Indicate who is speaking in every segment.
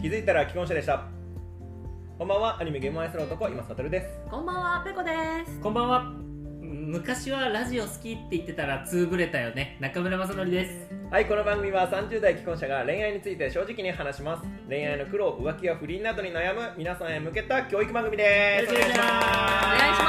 Speaker 1: 気づいたら既婚者でしたこんばんはアニメゲームを愛する男今悟です
Speaker 2: こんばんは、ペコです。
Speaker 3: こんばんは。昔はラジオ好きって言ってたらつぶれたよね。中村雅則です。
Speaker 1: はいこの番組は30代既婚者が恋愛について正直に話します恋愛の苦労浮気や不倫などに悩む皆さんへ向けた教育番組です
Speaker 3: よろしくお願いします
Speaker 2: お願いし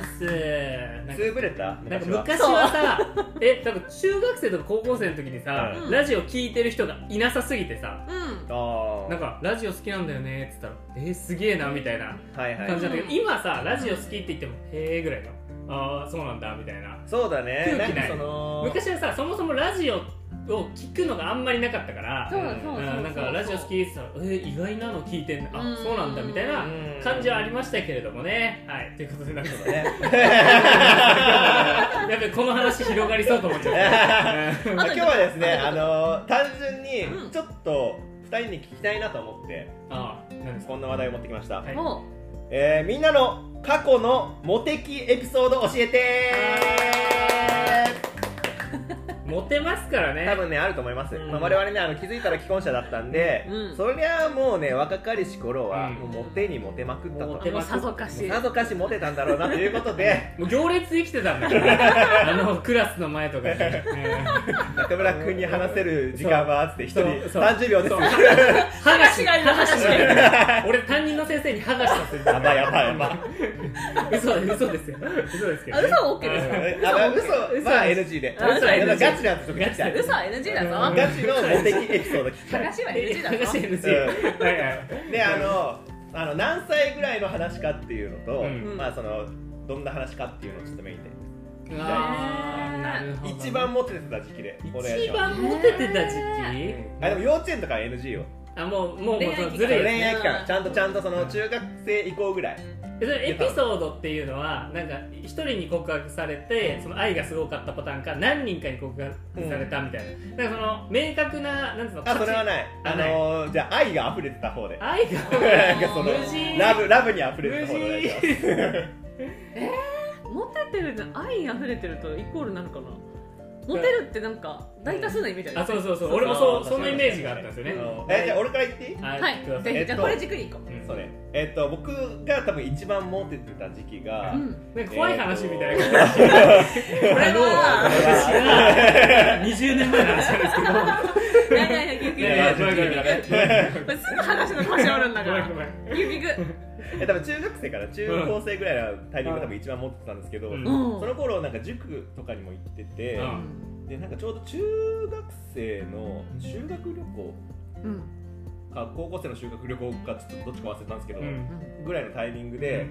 Speaker 2: ます。
Speaker 3: すーなんか
Speaker 1: つぶれた
Speaker 3: なんか
Speaker 1: 昔は
Speaker 3: 昔はさ、え、なんか中学生とか高校生の時にさ、
Speaker 2: うん
Speaker 3: ラジオ聞いてる人がいなさすぎてさ、
Speaker 2: うん。
Speaker 1: あー
Speaker 3: なんかラジオ好きなんだよねって言ったら、えー、すげえなみたいな
Speaker 1: はいは
Speaker 3: 感
Speaker 1: い
Speaker 3: じだったけど、
Speaker 2: うん
Speaker 3: 今さ、ラジオ好きって言っても、へえぐらいの、ああ、そうなんだみたいな。
Speaker 1: そうだね
Speaker 3: 空気ない
Speaker 1: んかその
Speaker 3: 昔はさ、そもそもラジオを聞くのがあんまりなかったから、
Speaker 2: そう
Speaker 1: うん
Speaker 2: そうそう
Speaker 3: うんなんかラジオ好きって言ってたら、えー、意外なの聞いてんだ、あ
Speaker 2: うん
Speaker 3: そうなんだみたいな
Speaker 1: うん
Speaker 3: 感じはありましたけれどもね。はい、ということ で、なんか、
Speaker 1: そうだね
Speaker 3: やっぱりこの話広がりそうと思っちゃった。
Speaker 1: まあ今日はですね、あのー単純
Speaker 2: う
Speaker 1: に
Speaker 2: ん
Speaker 1: ちょっと2人に聞きたいなと思って
Speaker 3: ああ、なんですか
Speaker 1: こんな話題を持ってきました、
Speaker 3: はい
Speaker 2: も
Speaker 1: えーみんなの過去のモテ期エピソード教えて
Speaker 3: モテますからね。
Speaker 1: 多分ねあると思います、
Speaker 3: うん
Speaker 1: まあ、我々ねあの気づいたら既婚者だったんで、
Speaker 2: うん
Speaker 1: そりゃもうね若かりし頃は、
Speaker 3: うん
Speaker 1: もうモテにモテまくったと
Speaker 3: モ
Speaker 2: う、
Speaker 3: テ
Speaker 2: あも
Speaker 3: ま
Speaker 2: う
Speaker 3: す
Speaker 2: さぞかし。
Speaker 1: さぞかしモテたんだろうなということ で
Speaker 3: もう行列できてたん だから、あのクラスの前とかに。うん
Speaker 1: 中村君に話せる時間はつって1人
Speaker 3: そうそう
Speaker 1: 30秒です
Speaker 3: そう
Speaker 2: 歯が しがいる、歯がしがいる。
Speaker 3: 俺担任の先生に剥がしたする。
Speaker 1: やばいやばいやばい
Speaker 3: 嘘嘘ですよ。嘘ですけど
Speaker 2: あ、
Speaker 3: ね。
Speaker 2: 嘘は OK
Speaker 1: あ
Speaker 2: ですよ。
Speaker 1: の嘘は NG で
Speaker 2: 嘘は NG
Speaker 1: あのガチなやつとか聞きたい
Speaker 3: ガ
Speaker 2: 嘘は NG だ
Speaker 3: う
Speaker 2: ぞ
Speaker 3: ん。
Speaker 1: ガチのモテ期エピソード聞きた
Speaker 2: 剥
Speaker 1: い
Speaker 2: がしは NG だぞ。
Speaker 3: 剥がし NG はいはい。
Speaker 1: であのあの何歳ぐらいの話かっていうのと、
Speaker 3: うん
Speaker 1: まあそのどんな話かっていうのをちょっとメインで
Speaker 3: あーなるほど
Speaker 1: 一番モテてた時期でお願いし
Speaker 3: 一
Speaker 1: ます
Speaker 3: 番モテてた時期
Speaker 1: あでも幼稚園とかは NG よ
Speaker 3: あもうもうも
Speaker 2: 恋
Speaker 3: う
Speaker 2: 愛
Speaker 3: そう
Speaker 2: 期
Speaker 3: ず
Speaker 2: 間
Speaker 3: るい
Speaker 1: 恋
Speaker 3: よね
Speaker 1: 愛期間ちゃんとちゃんとその中学生以降ぐらい
Speaker 3: それエピソードっていうのはなんか一人に告白されてその愛がすごかったパターンか何人かに告白されたみたいな、なんかその明確ななんつうの
Speaker 1: あそれは
Speaker 3: 価値
Speaker 1: ないあ
Speaker 3: あ
Speaker 1: のーじゃあ愛が溢れてた方で
Speaker 3: 愛が
Speaker 1: なんかその
Speaker 3: 無事
Speaker 1: ラブラブに溢れて
Speaker 3: 無
Speaker 1: た
Speaker 3: 事
Speaker 1: 方でお願いします
Speaker 2: モテてるの愛に溢れてるとイコールなのかなモテるってなんか大多数なイメージあ
Speaker 3: あ
Speaker 2: る
Speaker 3: そうそうそう
Speaker 1: そう
Speaker 3: 俺もそう
Speaker 1: そう
Speaker 3: そのイメージがあったんですよね、
Speaker 1: あの
Speaker 3: はい
Speaker 1: えじゃあ俺から言っていい
Speaker 2: はい
Speaker 3: くださ
Speaker 2: ぜ
Speaker 3: い
Speaker 2: ひじゃあこれじっくりいこう
Speaker 3: うん
Speaker 1: そうねえっと僕が多分一番モテてた時期が、
Speaker 2: うん
Speaker 3: なんか怖い話みたいな
Speaker 1: え
Speaker 3: 感じ、
Speaker 2: これは
Speaker 3: 私が20年前の話なんですけ
Speaker 2: い
Speaker 3: ど
Speaker 2: やいやいやギュギ
Speaker 3: いや
Speaker 2: ュ
Speaker 3: い
Speaker 2: ギ
Speaker 3: や
Speaker 2: ュギ
Speaker 3: ごめんご
Speaker 2: ュギュ
Speaker 3: めん
Speaker 2: これすぐ話の腰折るんだか
Speaker 3: ごめん
Speaker 2: ら
Speaker 3: ごめん
Speaker 2: ギュギュギュ
Speaker 1: え多分中学生から中高生ぐらいのタイミングが多分一番モテてたんですけど、
Speaker 3: うん
Speaker 2: うん
Speaker 1: その頃なんか塾とかにも行ってて、
Speaker 3: う
Speaker 1: でなんかちょうど中学生の修学旅行
Speaker 2: うん
Speaker 1: か高校生の修学旅行かちょっとどっちか忘れたんですけど、
Speaker 3: うん
Speaker 1: ぐらいのタイミングで、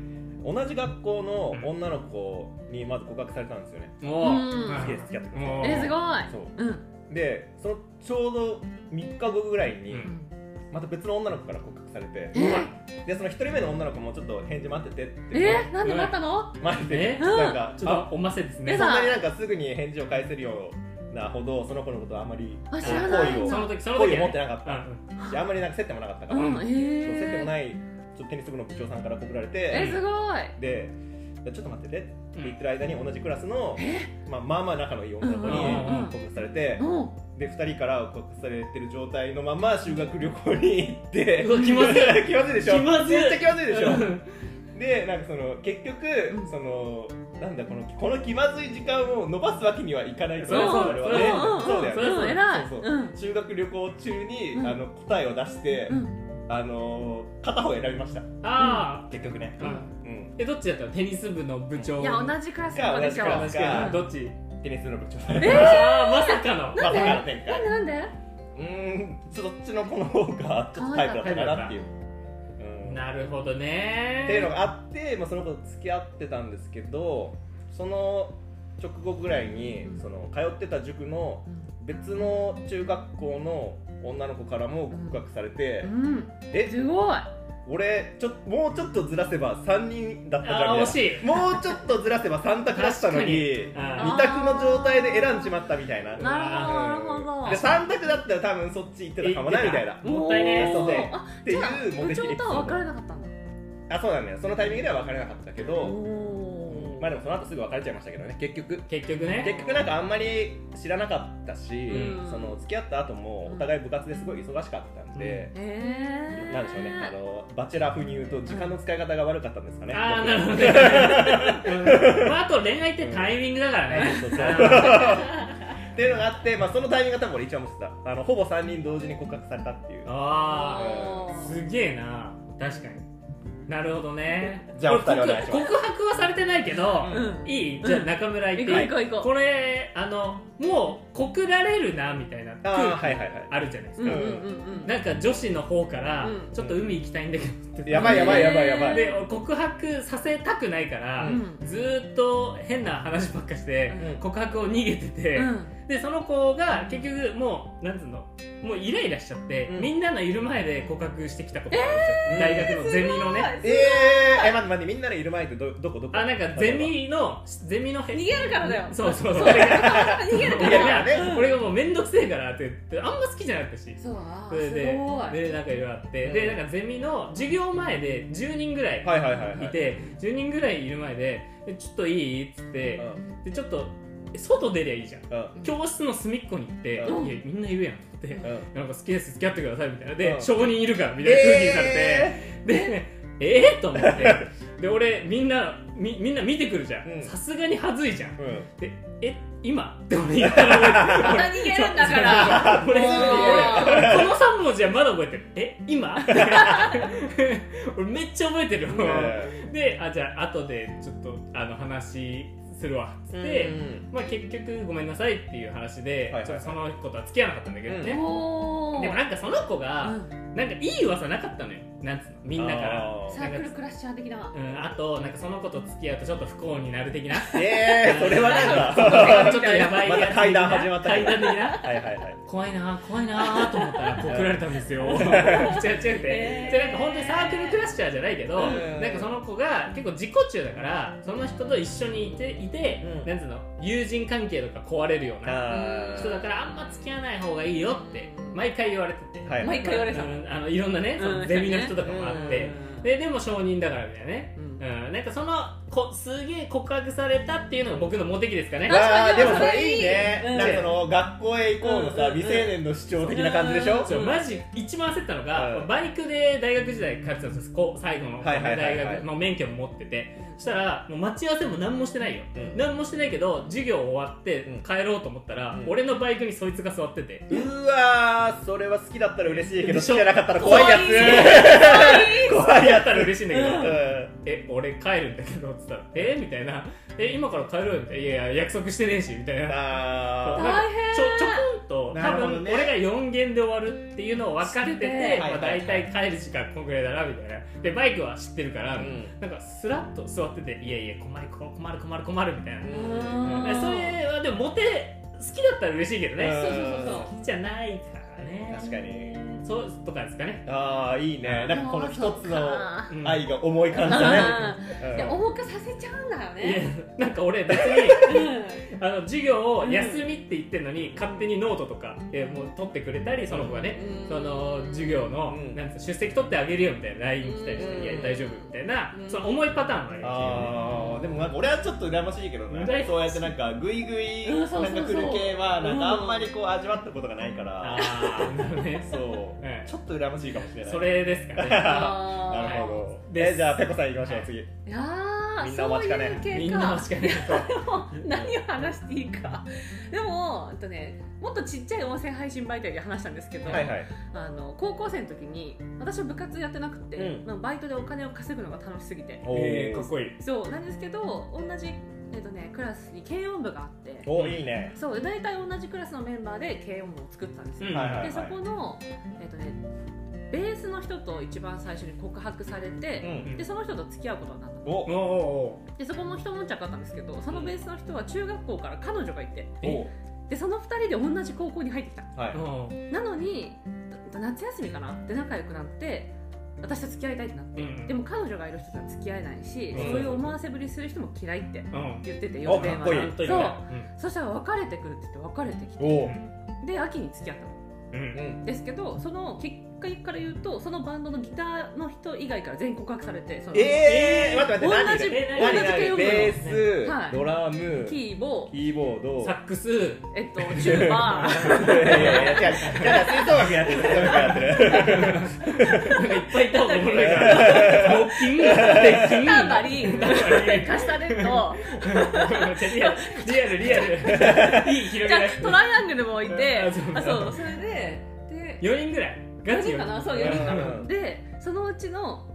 Speaker 1: 同じ学校の女の子にまず告白されたんですよね、
Speaker 3: もう
Speaker 2: うん
Speaker 1: 好きです付き合ってください
Speaker 3: もう
Speaker 2: えすごい
Speaker 1: そう
Speaker 2: うん
Speaker 1: でそのちょうど3日後ぐらいに、
Speaker 3: うん
Speaker 1: また別の女の子から告白されて
Speaker 2: え
Speaker 1: でその1人目の女の子もちょっと返事待っててって言って
Speaker 2: えなんでなったの
Speaker 1: 待ってて
Speaker 3: え
Speaker 1: なんか
Speaker 3: ちょ
Speaker 1: あ
Speaker 3: っとおませです
Speaker 2: え
Speaker 3: ね
Speaker 1: そんなになんかすぐに返事を返せるようなほどその子のことはあまり
Speaker 2: あ
Speaker 1: こう
Speaker 2: 知らない
Speaker 1: 好意を
Speaker 3: その時その
Speaker 1: 好
Speaker 3: 時
Speaker 1: 意を持
Speaker 3: は
Speaker 1: って
Speaker 3: ね
Speaker 1: なかったしあんまりなんか接点もなかったから、
Speaker 2: う
Speaker 1: そ
Speaker 2: ん
Speaker 1: う接点も
Speaker 2: え
Speaker 1: ないちょっとテニス部の部長さんから告られ
Speaker 2: え
Speaker 1: て
Speaker 2: すごい
Speaker 1: でちょっと待っててって
Speaker 3: うん
Speaker 1: 言ってる間に同じクラスの、まあ、まあまあ仲のいい女の子に
Speaker 3: うんうんうん
Speaker 1: 告白されて、
Speaker 2: おう
Speaker 1: で2人から告白されてる状態のまま修学旅行に行って
Speaker 3: うわ気まずい
Speaker 1: 気まずいでしょ
Speaker 3: 気まずい
Speaker 1: めっちゃ気まずいでしょ
Speaker 3: うん
Speaker 1: でなんかその結局、
Speaker 2: ん
Speaker 1: そのなんだこのこの気まずい時間を延ばすわけにはいかないから
Speaker 3: そう
Speaker 1: 我々はねそ
Speaker 2: そう
Speaker 1: うだ
Speaker 3: それ
Speaker 1: よ
Speaker 3: は
Speaker 2: うん
Speaker 1: ね
Speaker 2: 偉い
Speaker 1: そう
Speaker 2: う
Speaker 1: そうん修学旅行中に、
Speaker 2: うん
Speaker 1: あの答えを出して、
Speaker 2: うん
Speaker 1: あのー片方選びました
Speaker 3: あ
Speaker 1: 結局ね
Speaker 3: あ、う、ん
Speaker 1: うん、
Speaker 3: えどっちだったのテニス部の部長
Speaker 2: いや同じクラスの子でしょ
Speaker 1: いや同じクラ
Speaker 3: 確
Speaker 1: ス
Speaker 3: か
Speaker 1: か
Speaker 3: にどっち
Speaker 1: テニスの部長
Speaker 2: え
Speaker 3: ああまさか
Speaker 1: ま
Speaker 3: の
Speaker 1: さかの展開
Speaker 2: なんでなんで
Speaker 1: うーんそっちの子の方がちょっとタイプだったかなっていう、うん、
Speaker 3: なるほど
Speaker 1: っていうの
Speaker 3: ね
Speaker 1: があって、まあ、その子と付き合ってたんですけどその直後ぐらいに、
Speaker 2: うん
Speaker 1: その通ってた塾の別の中学校の女の子からも告白されて、
Speaker 2: うん
Speaker 1: え
Speaker 2: すごい
Speaker 1: 俺ちょもうちょっとずらせば3人だったじゃ
Speaker 3: あ
Speaker 1: んみ
Speaker 3: あ惜
Speaker 1: たい
Speaker 3: しい
Speaker 1: なもうちょっとずらせば3択だったのに
Speaker 3: 確かにあー
Speaker 1: 2択の状態で選んじまったみたいな。
Speaker 2: なるほどな
Speaker 1: で
Speaker 2: るほ
Speaker 1: 3択だったら多分そっち行ってたかもなみたいな
Speaker 3: え
Speaker 2: ど
Speaker 3: もったいねえ
Speaker 1: そうね
Speaker 2: あ
Speaker 1: って
Speaker 2: じゃあ
Speaker 1: いうモ
Speaker 2: 部
Speaker 1: テ期エ
Speaker 2: 長
Speaker 1: ピソ
Speaker 2: とは
Speaker 1: ー
Speaker 2: 別れ
Speaker 1: ド
Speaker 2: なかったんだ
Speaker 1: あそうなんだよそのタイミングでは別れなかったけ
Speaker 2: お
Speaker 1: ど
Speaker 2: お
Speaker 3: うん
Speaker 1: まあでもその後すぐ別れちゃいましたけどね結局
Speaker 3: 結局ね
Speaker 1: 結局なんかあんまり知らなかったし、
Speaker 2: うん
Speaker 1: その付き合った後もお互い部活ですごい忙しかったんで、
Speaker 2: えー、
Speaker 1: なんでしょうねあのバチェラー風に言うと時間の使い方が悪かったんですかね、
Speaker 3: ああ
Speaker 1: 僕
Speaker 3: なるほどね、うんまあ、あと恋愛ってタイミングだからね、
Speaker 1: そうそうっていうのがあって、まあ、そのタイミングが多分俺一番持ってたあのほぼ3人同時に告白されたっていう
Speaker 3: あ
Speaker 2: お
Speaker 3: あ
Speaker 2: ー
Speaker 3: すげえな確かになるほどね
Speaker 1: じゃあお二
Speaker 3: これ
Speaker 1: 人お願いします
Speaker 3: 告告白はされてないけど、
Speaker 2: うん
Speaker 3: いいじゃあ中村行
Speaker 2: 行
Speaker 3: っ
Speaker 2: こ
Speaker 3: て、
Speaker 2: う行こう行こう
Speaker 3: これあのもう告られるなみたいな
Speaker 1: あ
Speaker 3: 空
Speaker 1: あ
Speaker 3: 気
Speaker 1: はいはいはい
Speaker 3: あるじゃないです
Speaker 2: う
Speaker 3: か、
Speaker 2: んうんうんうん
Speaker 3: なんか女子の方から、
Speaker 2: うん
Speaker 3: ちょっと海行きたいんだけどって
Speaker 1: やばいやばいやばいやばい、
Speaker 3: で告白させたくないから、
Speaker 2: うん
Speaker 3: ずーっと変な話ばっかして、
Speaker 1: うん
Speaker 3: 告白を逃げてて、
Speaker 2: うん
Speaker 3: でその子が結局もうなんつうのもうイライラしちゃって、
Speaker 1: うん
Speaker 3: みんなのいる前で告白してきたことがあるんですよ、大学のゼミのね
Speaker 1: えー、え待って待ってみんなのいる前ってどどこどこ
Speaker 3: あなんかゼミのゼミのへ
Speaker 2: 逃げるからだよ
Speaker 3: そうそう
Speaker 2: そ
Speaker 3: そ
Speaker 2: だ
Speaker 3: うう俺
Speaker 2: よ 逃げるか
Speaker 1: いやい
Speaker 2: ら
Speaker 1: やね
Speaker 3: が俺がもう面倒くせえからって言ってあんま好きじゃなかったし
Speaker 2: そうあ
Speaker 3: それ
Speaker 2: ー
Speaker 3: です
Speaker 2: ごい
Speaker 3: でなんかいろいろあって、
Speaker 1: うん
Speaker 3: でなんかゼミの授業前で10人ぐらいいて、
Speaker 1: はいはいはいはい
Speaker 3: 10人ぐらいいる前ででちょっといいっつって、
Speaker 1: うん
Speaker 3: でちょっと外出りゃいいじゃん
Speaker 1: うん
Speaker 3: 教室の隅っこに行って、
Speaker 1: うん
Speaker 3: いやみんないるやんって、
Speaker 2: うん
Speaker 1: うん
Speaker 3: なんか好きです付き合ってくださいみたいなで、
Speaker 1: うん
Speaker 3: 承認いるからみたいな空気にされて、
Speaker 1: え
Speaker 3: でえー、と思ってで俺みんなみみんな見てくるじゃ
Speaker 1: うん
Speaker 3: んさすがに恥ずいじゃん
Speaker 1: ーうん
Speaker 3: でえ今って俺言ったら覚え
Speaker 2: 逃
Speaker 3: て
Speaker 2: げ
Speaker 3: る
Speaker 2: るんだ から
Speaker 3: 俺
Speaker 2: もう
Speaker 3: 俺この3文字はまだ覚えてるえ今 俺めっちゃ覚えてる、
Speaker 1: ね
Speaker 3: であじゃあ後でちょっとあの話するわっつって、
Speaker 1: うん
Speaker 3: まあ、結局ごめんなさいっていう話で、
Speaker 1: はいはいはい
Speaker 3: ちょっとその子とは付き合わなかったんだけどね、
Speaker 2: おー
Speaker 3: でもなんかその子が、
Speaker 2: うん
Speaker 3: なんかいい噂なかったのよなんつうのみんなから
Speaker 1: あ
Speaker 2: サークルクラッシャー的な
Speaker 3: うん、あとなんかその子と付き合うとちょっと不幸になる的な
Speaker 1: ーえー、それは なんか
Speaker 3: ちょっとやばいや
Speaker 1: ま
Speaker 3: つ
Speaker 1: た階段始まった
Speaker 3: 階段的
Speaker 1: は
Speaker 3: な
Speaker 1: いはいはい
Speaker 3: 怖いな怖いなと思ったら告られたんですよ 違う違うって、
Speaker 2: えー
Speaker 3: じゃあなんか本当にサークルクラッシャーじゃないけど、
Speaker 1: うん
Speaker 3: なんかその子が結構自己中だからその人と一緒にいていて、
Speaker 1: うん
Speaker 3: なんつうの友人関係とか壊れるような
Speaker 1: あー
Speaker 3: 人だからあんま付き合わない方がいいよって毎回言われてて、
Speaker 1: はい
Speaker 2: 毎回言われてた
Speaker 3: うんあのいろんなねその
Speaker 2: うん
Speaker 3: ゼミの人とかもあって、
Speaker 2: うん
Speaker 3: ででも承認だからみたいなね、
Speaker 2: うん
Speaker 3: うん、なんかそのこすげえ告白されたっていうのが僕のモテ期ですかね
Speaker 2: 確
Speaker 1: わ
Speaker 2: か
Speaker 1: あ
Speaker 2: に
Speaker 1: でもそれいいね、
Speaker 2: うん
Speaker 1: なんかその学校へ行こうのさ、
Speaker 2: うん
Speaker 1: 未成年の主張的な感じでしょ、
Speaker 3: そうマジ一番焦ったのが、
Speaker 1: うん
Speaker 3: バイクで大学時代通ってたんですこう最後の
Speaker 1: はい
Speaker 3: 大
Speaker 1: はい
Speaker 3: 学、
Speaker 1: はいはい
Speaker 3: まあ、免許も持っててそしたらもう待ち合わせも何もしてないよ、
Speaker 1: うん
Speaker 3: 何もしてないけど授業終わって
Speaker 1: うん
Speaker 3: 帰ろうと思った
Speaker 1: う
Speaker 3: ら、
Speaker 1: ん
Speaker 3: 俺のバイクにそいつが座ってて、
Speaker 1: うわーそれは好きだったら嬉しいけど
Speaker 3: で
Speaker 1: 好き
Speaker 3: し
Speaker 1: じ
Speaker 3: ょ
Speaker 1: ゃなかったら怖いや
Speaker 2: 怖い
Speaker 1: つ怖い
Speaker 3: や
Speaker 1: や
Speaker 3: ったら嬉しいんだけど、
Speaker 1: つ、うん
Speaker 3: え俺帰るんだけどっつったら「えみたいな「え今から帰ろうよ」みたいな「いやいや約束してねえし」みたいな
Speaker 1: あー
Speaker 3: なんか
Speaker 2: 大変
Speaker 3: ちょちょこんと
Speaker 1: な
Speaker 3: 多
Speaker 1: るほど
Speaker 3: 分
Speaker 1: ね
Speaker 3: 俺が4限で終わるっていうのを分かって
Speaker 2: 知って
Speaker 3: て
Speaker 2: て
Speaker 3: ま
Speaker 1: は
Speaker 3: あ
Speaker 1: いはいはい
Speaker 3: 大体帰る時間こんぐらいだなみたいなでバイクは知ってるから、
Speaker 1: うん
Speaker 3: なんかスラッと座ってて「いやいや困る困る困る困る困る」みたいな、
Speaker 2: うん
Speaker 3: うんそれはでもモテ好きだったら嬉しいけどね、
Speaker 1: うん
Speaker 2: そうそうそうそう
Speaker 3: 好きじゃないからね
Speaker 1: 確かに
Speaker 3: そうとかですかね
Speaker 1: あーいいねなんかこの一つの
Speaker 2: あ
Speaker 3: うん
Speaker 1: 愛が重い感じだ
Speaker 2: ー
Speaker 1: ね、
Speaker 2: いや重くさせちゃうんだよ
Speaker 3: いや
Speaker 2: ね
Speaker 3: なんか俺別に
Speaker 2: うん
Speaker 3: あの授業を休みって言ってるのに、勝手にノートとか、えーもう取ってくれたりその子がね、
Speaker 2: うん
Speaker 3: その授業の、
Speaker 1: うん
Speaker 3: なんつうの出席取ってあげるよみたいな LINE 来たりして、
Speaker 1: うん
Speaker 3: いや大丈夫みたいな、
Speaker 2: うん
Speaker 3: その重いパターンもありま
Speaker 1: あーでもなんか俺はちょっと羨ましいけどね
Speaker 3: 羨ましい
Speaker 1: そうやってなんかグイグイ
Speaker 2: う
Speaker 1: なん
Speaker 2: んそうそう
Speaker 1: か
Speaker 2: そう
Speaker 1: 来る系はなんかあんまりこう味わったことがないから、
Speaker 3: したよねあーなるほどね
Speaker 1: そう、
Speaker 3: うん
Speaker 1: ちょっと羨ましいかもしれない
Speaker 3: それですかね
Speaker 1: な
Speaker 2: あ
Speaker 1: るほど
Speaker 3: です
Speaker 1: えじゃあペコさん行きましょう次
Speaker 2: ーいやー
Speaker 1: みんなお待ちかね
Speaker 2: そういう
Speaker 3: み
Speaker 2: 系
Speaker 3: ん
Speaker 2: か
Speaker 3: なしかない
Speaker 2: 何を話していいかでも、えっとね、もっとちっちゃい音声配信媒体で話したんですけど、
Speaker 1: はいはい
Speaker 2: あの高校生の時に私は部活やってなくて、
Speaker 1: うん
Speaker 2: なんかバイトでお金を稼ぐのが楽しすぎて
Speaker 1: おー
Speaker 3: えーかっこいい
Speaker 2: そうなんですけど同じ、えっとね、クラスに軽音部があって
Speaker 1: おいいね
Speaker 2: そうで大体同じクラスのメンバーで軽音部を作ったんですよ、
Speaker 3: うん
Speaker 1: はいはいはい
Speaker 2: でそこの、えっとね、ベースの人と一番最初に告白され
Speaker 1: う
Speaker 2: て、
Speaker 1: ん
Speaker 2: でその人と付き合うことになった
Speaker 1: お
Speaker 3: おーお
Speaker 2: でそこも一悶着あったんですけどそのベースの人は中学校から彼女がいて
Speaker 1: お
Speaker 2: でその2人で同じ高校に入ってきた
Speaker 1: は
Speaker 3: ー
Speaker 1: い
Speaker 3: おーおー
Speaker 2: なのにだ夏休みかなって仲良くなって私と付き合いたいってなって、
Speaker 3: うん
Speaker 2: でも彼女がいる人とは付き合えないし、
Speaker 3: うん
Speaker 2: そういう思わせぶりする人も嫌いって
Speaker 3: うん
Speaker 2: 言ってて
Speaker 1: お
Speaker 2: よ
Speaker 1: か
Speaker 2: 電
Speaker 1: っ
Speaker 2: 話
Speaker 1: こいい
Speaker 2: で
Speaker 3: ちゃんとい
Speaker 2: そ
Speaker 3: る
Speaker 2: う
Speaker 3: ね
Speaker 2: そしたら別れてくるって言って別れてきて
Speaker 1: お
Speaker 3: うん
Speaker 2: で秋に付き合ったの
Speaker 3: うん
Speaker 2: ですけどその結果から言うとそのバンドのギターの人以外から全員告白されてその
Speaker 1: えー、待って待って
Speaker 2: 同じ
Speaker 1: 何
Speaker 3: 同じ
Speaker 1: 何
Speaker 2: 系
Speaker 1: 何
Speaker 2: を
Speaker 1: ベース、
Speaker 2: はい
Speaker 1: ドラム
Speaker 2: キ
Speaker 1: キ
Speaker 2: ーボー
Speaker 1: ーボード
Speaker 3: サックス
Speaker 2: えっとチューバー
Speaker 1: いやいやいや違う違う違う吹奏楽やってる吹奏楽やってる
Speaker 3: なんかいっぱいいた方がおもろいから木琴鉄琴
Speaker 2: タンバリンカスタネッ ト
Speaker 3: リアルリアルリアルいい広
Speaker 2: じ
Speaker 3: げ
Speaker 2: ゃ
Speaker 3: な
Speaker 2: あトライアングルもいて
Speaker 3: あそう
Speaker 2: あそうそれでで
Speaker 3: 4人ぐらい
Speaker 2: 4
Speaker 3: ガチ
Speaker 2: 人
Speaker 3: よ
Speaker 2: かなそう4人か
Speaker 1: う
Speaker 2: なんでそのうちの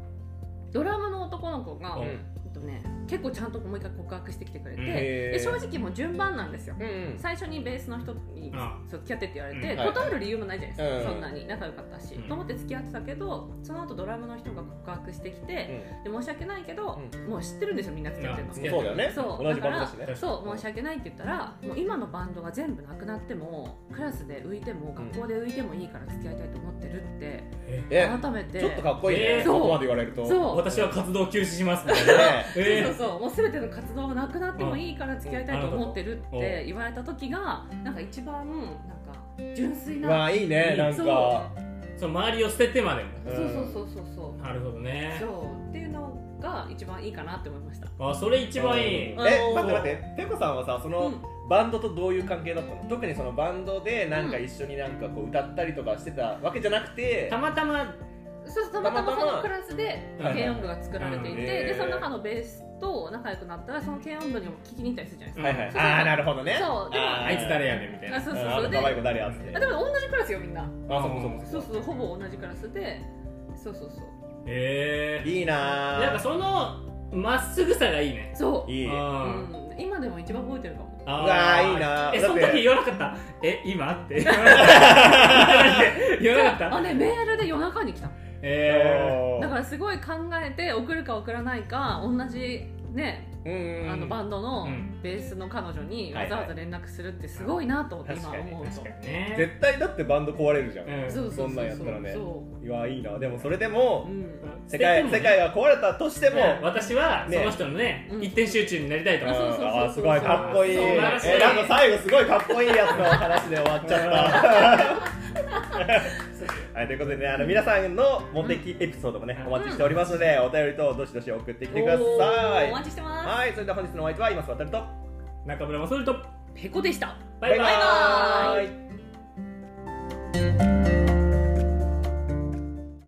Speaker 2: ドラムの男の子が、
Speaker 3: うん
Speaker 2: えっとね、結構ちゃんともう一回告白してきてくれて、
Speaker 3: うん
Speaker 2: で正直もう順番なんですよ
Speaker 1: うんうん
Speaker 2: 最初にベースの人に
Speaker 3: あ
Speaker 2: そう付き合ってって言われて、
Speaker 3: うん
Speaker 1: はい
Speaker 2: 断る理由もないじゃないですか、
Speaker 1: うん
Speaker 2: そんなに仲良かったし、
Speaker 3: うん
Speaker 2: と思って付き合ってたけどその後ドラムの人が告白してきて、で申し訳ないけど、もう知ってるんですよみんな付き合ってるの
Speaker 3: あ
Speaker 1: うんそうだよね
Speaker 2: そう
Speaker 1: 同じバンドだし
Speaker 3: だ
Speaker 1: ね
Speaker 3: から
Speaker 2: そう申し訳ないって言ったらもう今のバンドが全部なくなってもクラスで浮いても学校で浮いてもいいから付き合いたいと思ってるって
Speaker 3: え
Speaker 1: え
Speaker 2: 改めて
Speaker 1: ちょっとかっこいい
Speaker 3: え
Speaker 1: ね
Speaker 3: ー
Speaker 2: そう
Speaker 1: そこまで言われると
Speaker 2: そう
Speaker 3: 私は活動休止しますみたいな
Speaker 1: ね
Speaker 3: え
Speaker 2: そうそうそうもう全ての活動がなくなってもいいから付き合いたいと思ってるって言われた時がなんか一番なんか純粋
Speaker 1: ま
Speaker 2: な
Speaker 1: あいいねなん
Speaker 2: そ
Speaker 1: か
Speaker 3: ーその周りを捨ててまでも
Speaker 2: そうそうそうそうそう
Speaker 3: なるほどね
Speaker 2: そうっていうのが一番いいかなって思いました
Speaker 3: あそれ一番いい
Speaker 2: うん
Speaker 1: え待って待ってペコさんはさその、
Speaker 2: うん
Speaker 1: バンドとどういう関係だったの特にそのバンドでなんか一緒になんかこう歌ったりとかしてたわけじゃなくて、
Speaker 3: たまたま
Speaker 2: そうそうたまたま
Speaker 1: たま
Speaker 2: そ
Speaker 1: たま
Speaker 2: のクラスで
Speaker 3: はい
Speaker 2: 軽音部が作られてい
Speaker 1: う
Speaker 2: て、
Speaker 1: ん
Speaker 2: でその中のベースと仲良くなったらその軽音部にも聞きに行ったりするじゃないですか、
Speaker 1: はいはい
Speaker 2: そう
Speaker 1: ああなるほどね
Speaker 2: そうでも
Speaker 1: あー
Speaker 3: あいつ誰やねんみたいな
Speaker 2: あそうそ
Speaker 1: あ
Speaker 2: うそ
Speaker 1: の
Speaker 2: うで
Speaker 1: 可愛い子誰やっつって
Speaker 2: あでも同じクラスよみんな
Speaker 1: あそこそこ
Speaker 2: そうそうほぼ同じクラスでそうそうそう
Speaker 3: え
Speaker 1: いい
Speaker 3: え
Speaker 1: な
Speaker 3: なんか
Speaker 1: ー
Speaker 3: そのまっすぐさがいいね
Speaker 2: そう
Speaker 1: いい
Speaker 3: うん
Speaker 2: うん、今でも一番覚えてるかも
Speaker 3: あー
Speaker 1: うわーいいなー
Speaker 3: え
Speaker 1: だっ
Speaker 3: その
Speaker 1: て
Speaker 3: 時言わなかったえ今って 言わなかった
Speaker 2: あれメールで夜中に来たの
Speaker 3: え
Speaker 2: だからすごい考えて送るか送らないか同じね
Speaker 1: うん
Speaker 2: あのバンドの
Speaker 3: うん
Speaker 2: ベースの彼女に
Speaker 1: は
Speaker 2: わ
Speaker 1: いは
Speaker 2: ざ
Speaker 1: い
Speaker 2: わざ連絡するってすごいなと思って
Speaker 3: ー、
Speaker 2: 今
Speaker 3: 確かに
Speaker 2: 思うと
Speaker 3: 確かにね
Speaker 1: 絶対だってバンド壊れるじゃん、
Speaker 3: うん
Speaker 2: そうそうそうそう
Speaker 1: そんなんやったらね
Speaker 2: そ
Speaker 1: いやいいなでもそれで
Speaker 2: う、う
Speaker 1: も、
Speaker 2: ん、
Speaker 1: 世界世
Speaker 3: 捨ててもね
Speaker 1: 界が壊れたとしても、
Speaker 3: うん私はその人のね
Speaker 2: ね
Speaker 3: 一点集中になりたいと
Speaker 1: うん
Speaker 2: あ
Speaker 3: 思う
Speaker 2: そうそうそう
Speaker 1: あーすごいかっこいい
Speaker 3: 素晴らしい
Speaker 1: えなんか最後すごいかっこいいやつの話で終わっちゃ った、はい、ということでねあの皆さんのモテキエピソードもね、
Speaker 3: うん
Speaker 1: お待ちしておりますのでお便りとどしどし送ってきてくださ
Speaker 2: おー
Speaker 1: い
Speaker 2: お待ちしてま
Speaker 1: はいそれでは本日のお相手は今す渡ると
Speaker 3: 中村もそれと
Speaker 2: すペコでした
Speaker 3: バイバイ
Speaker 2: バイバイ
Speaker 1: イ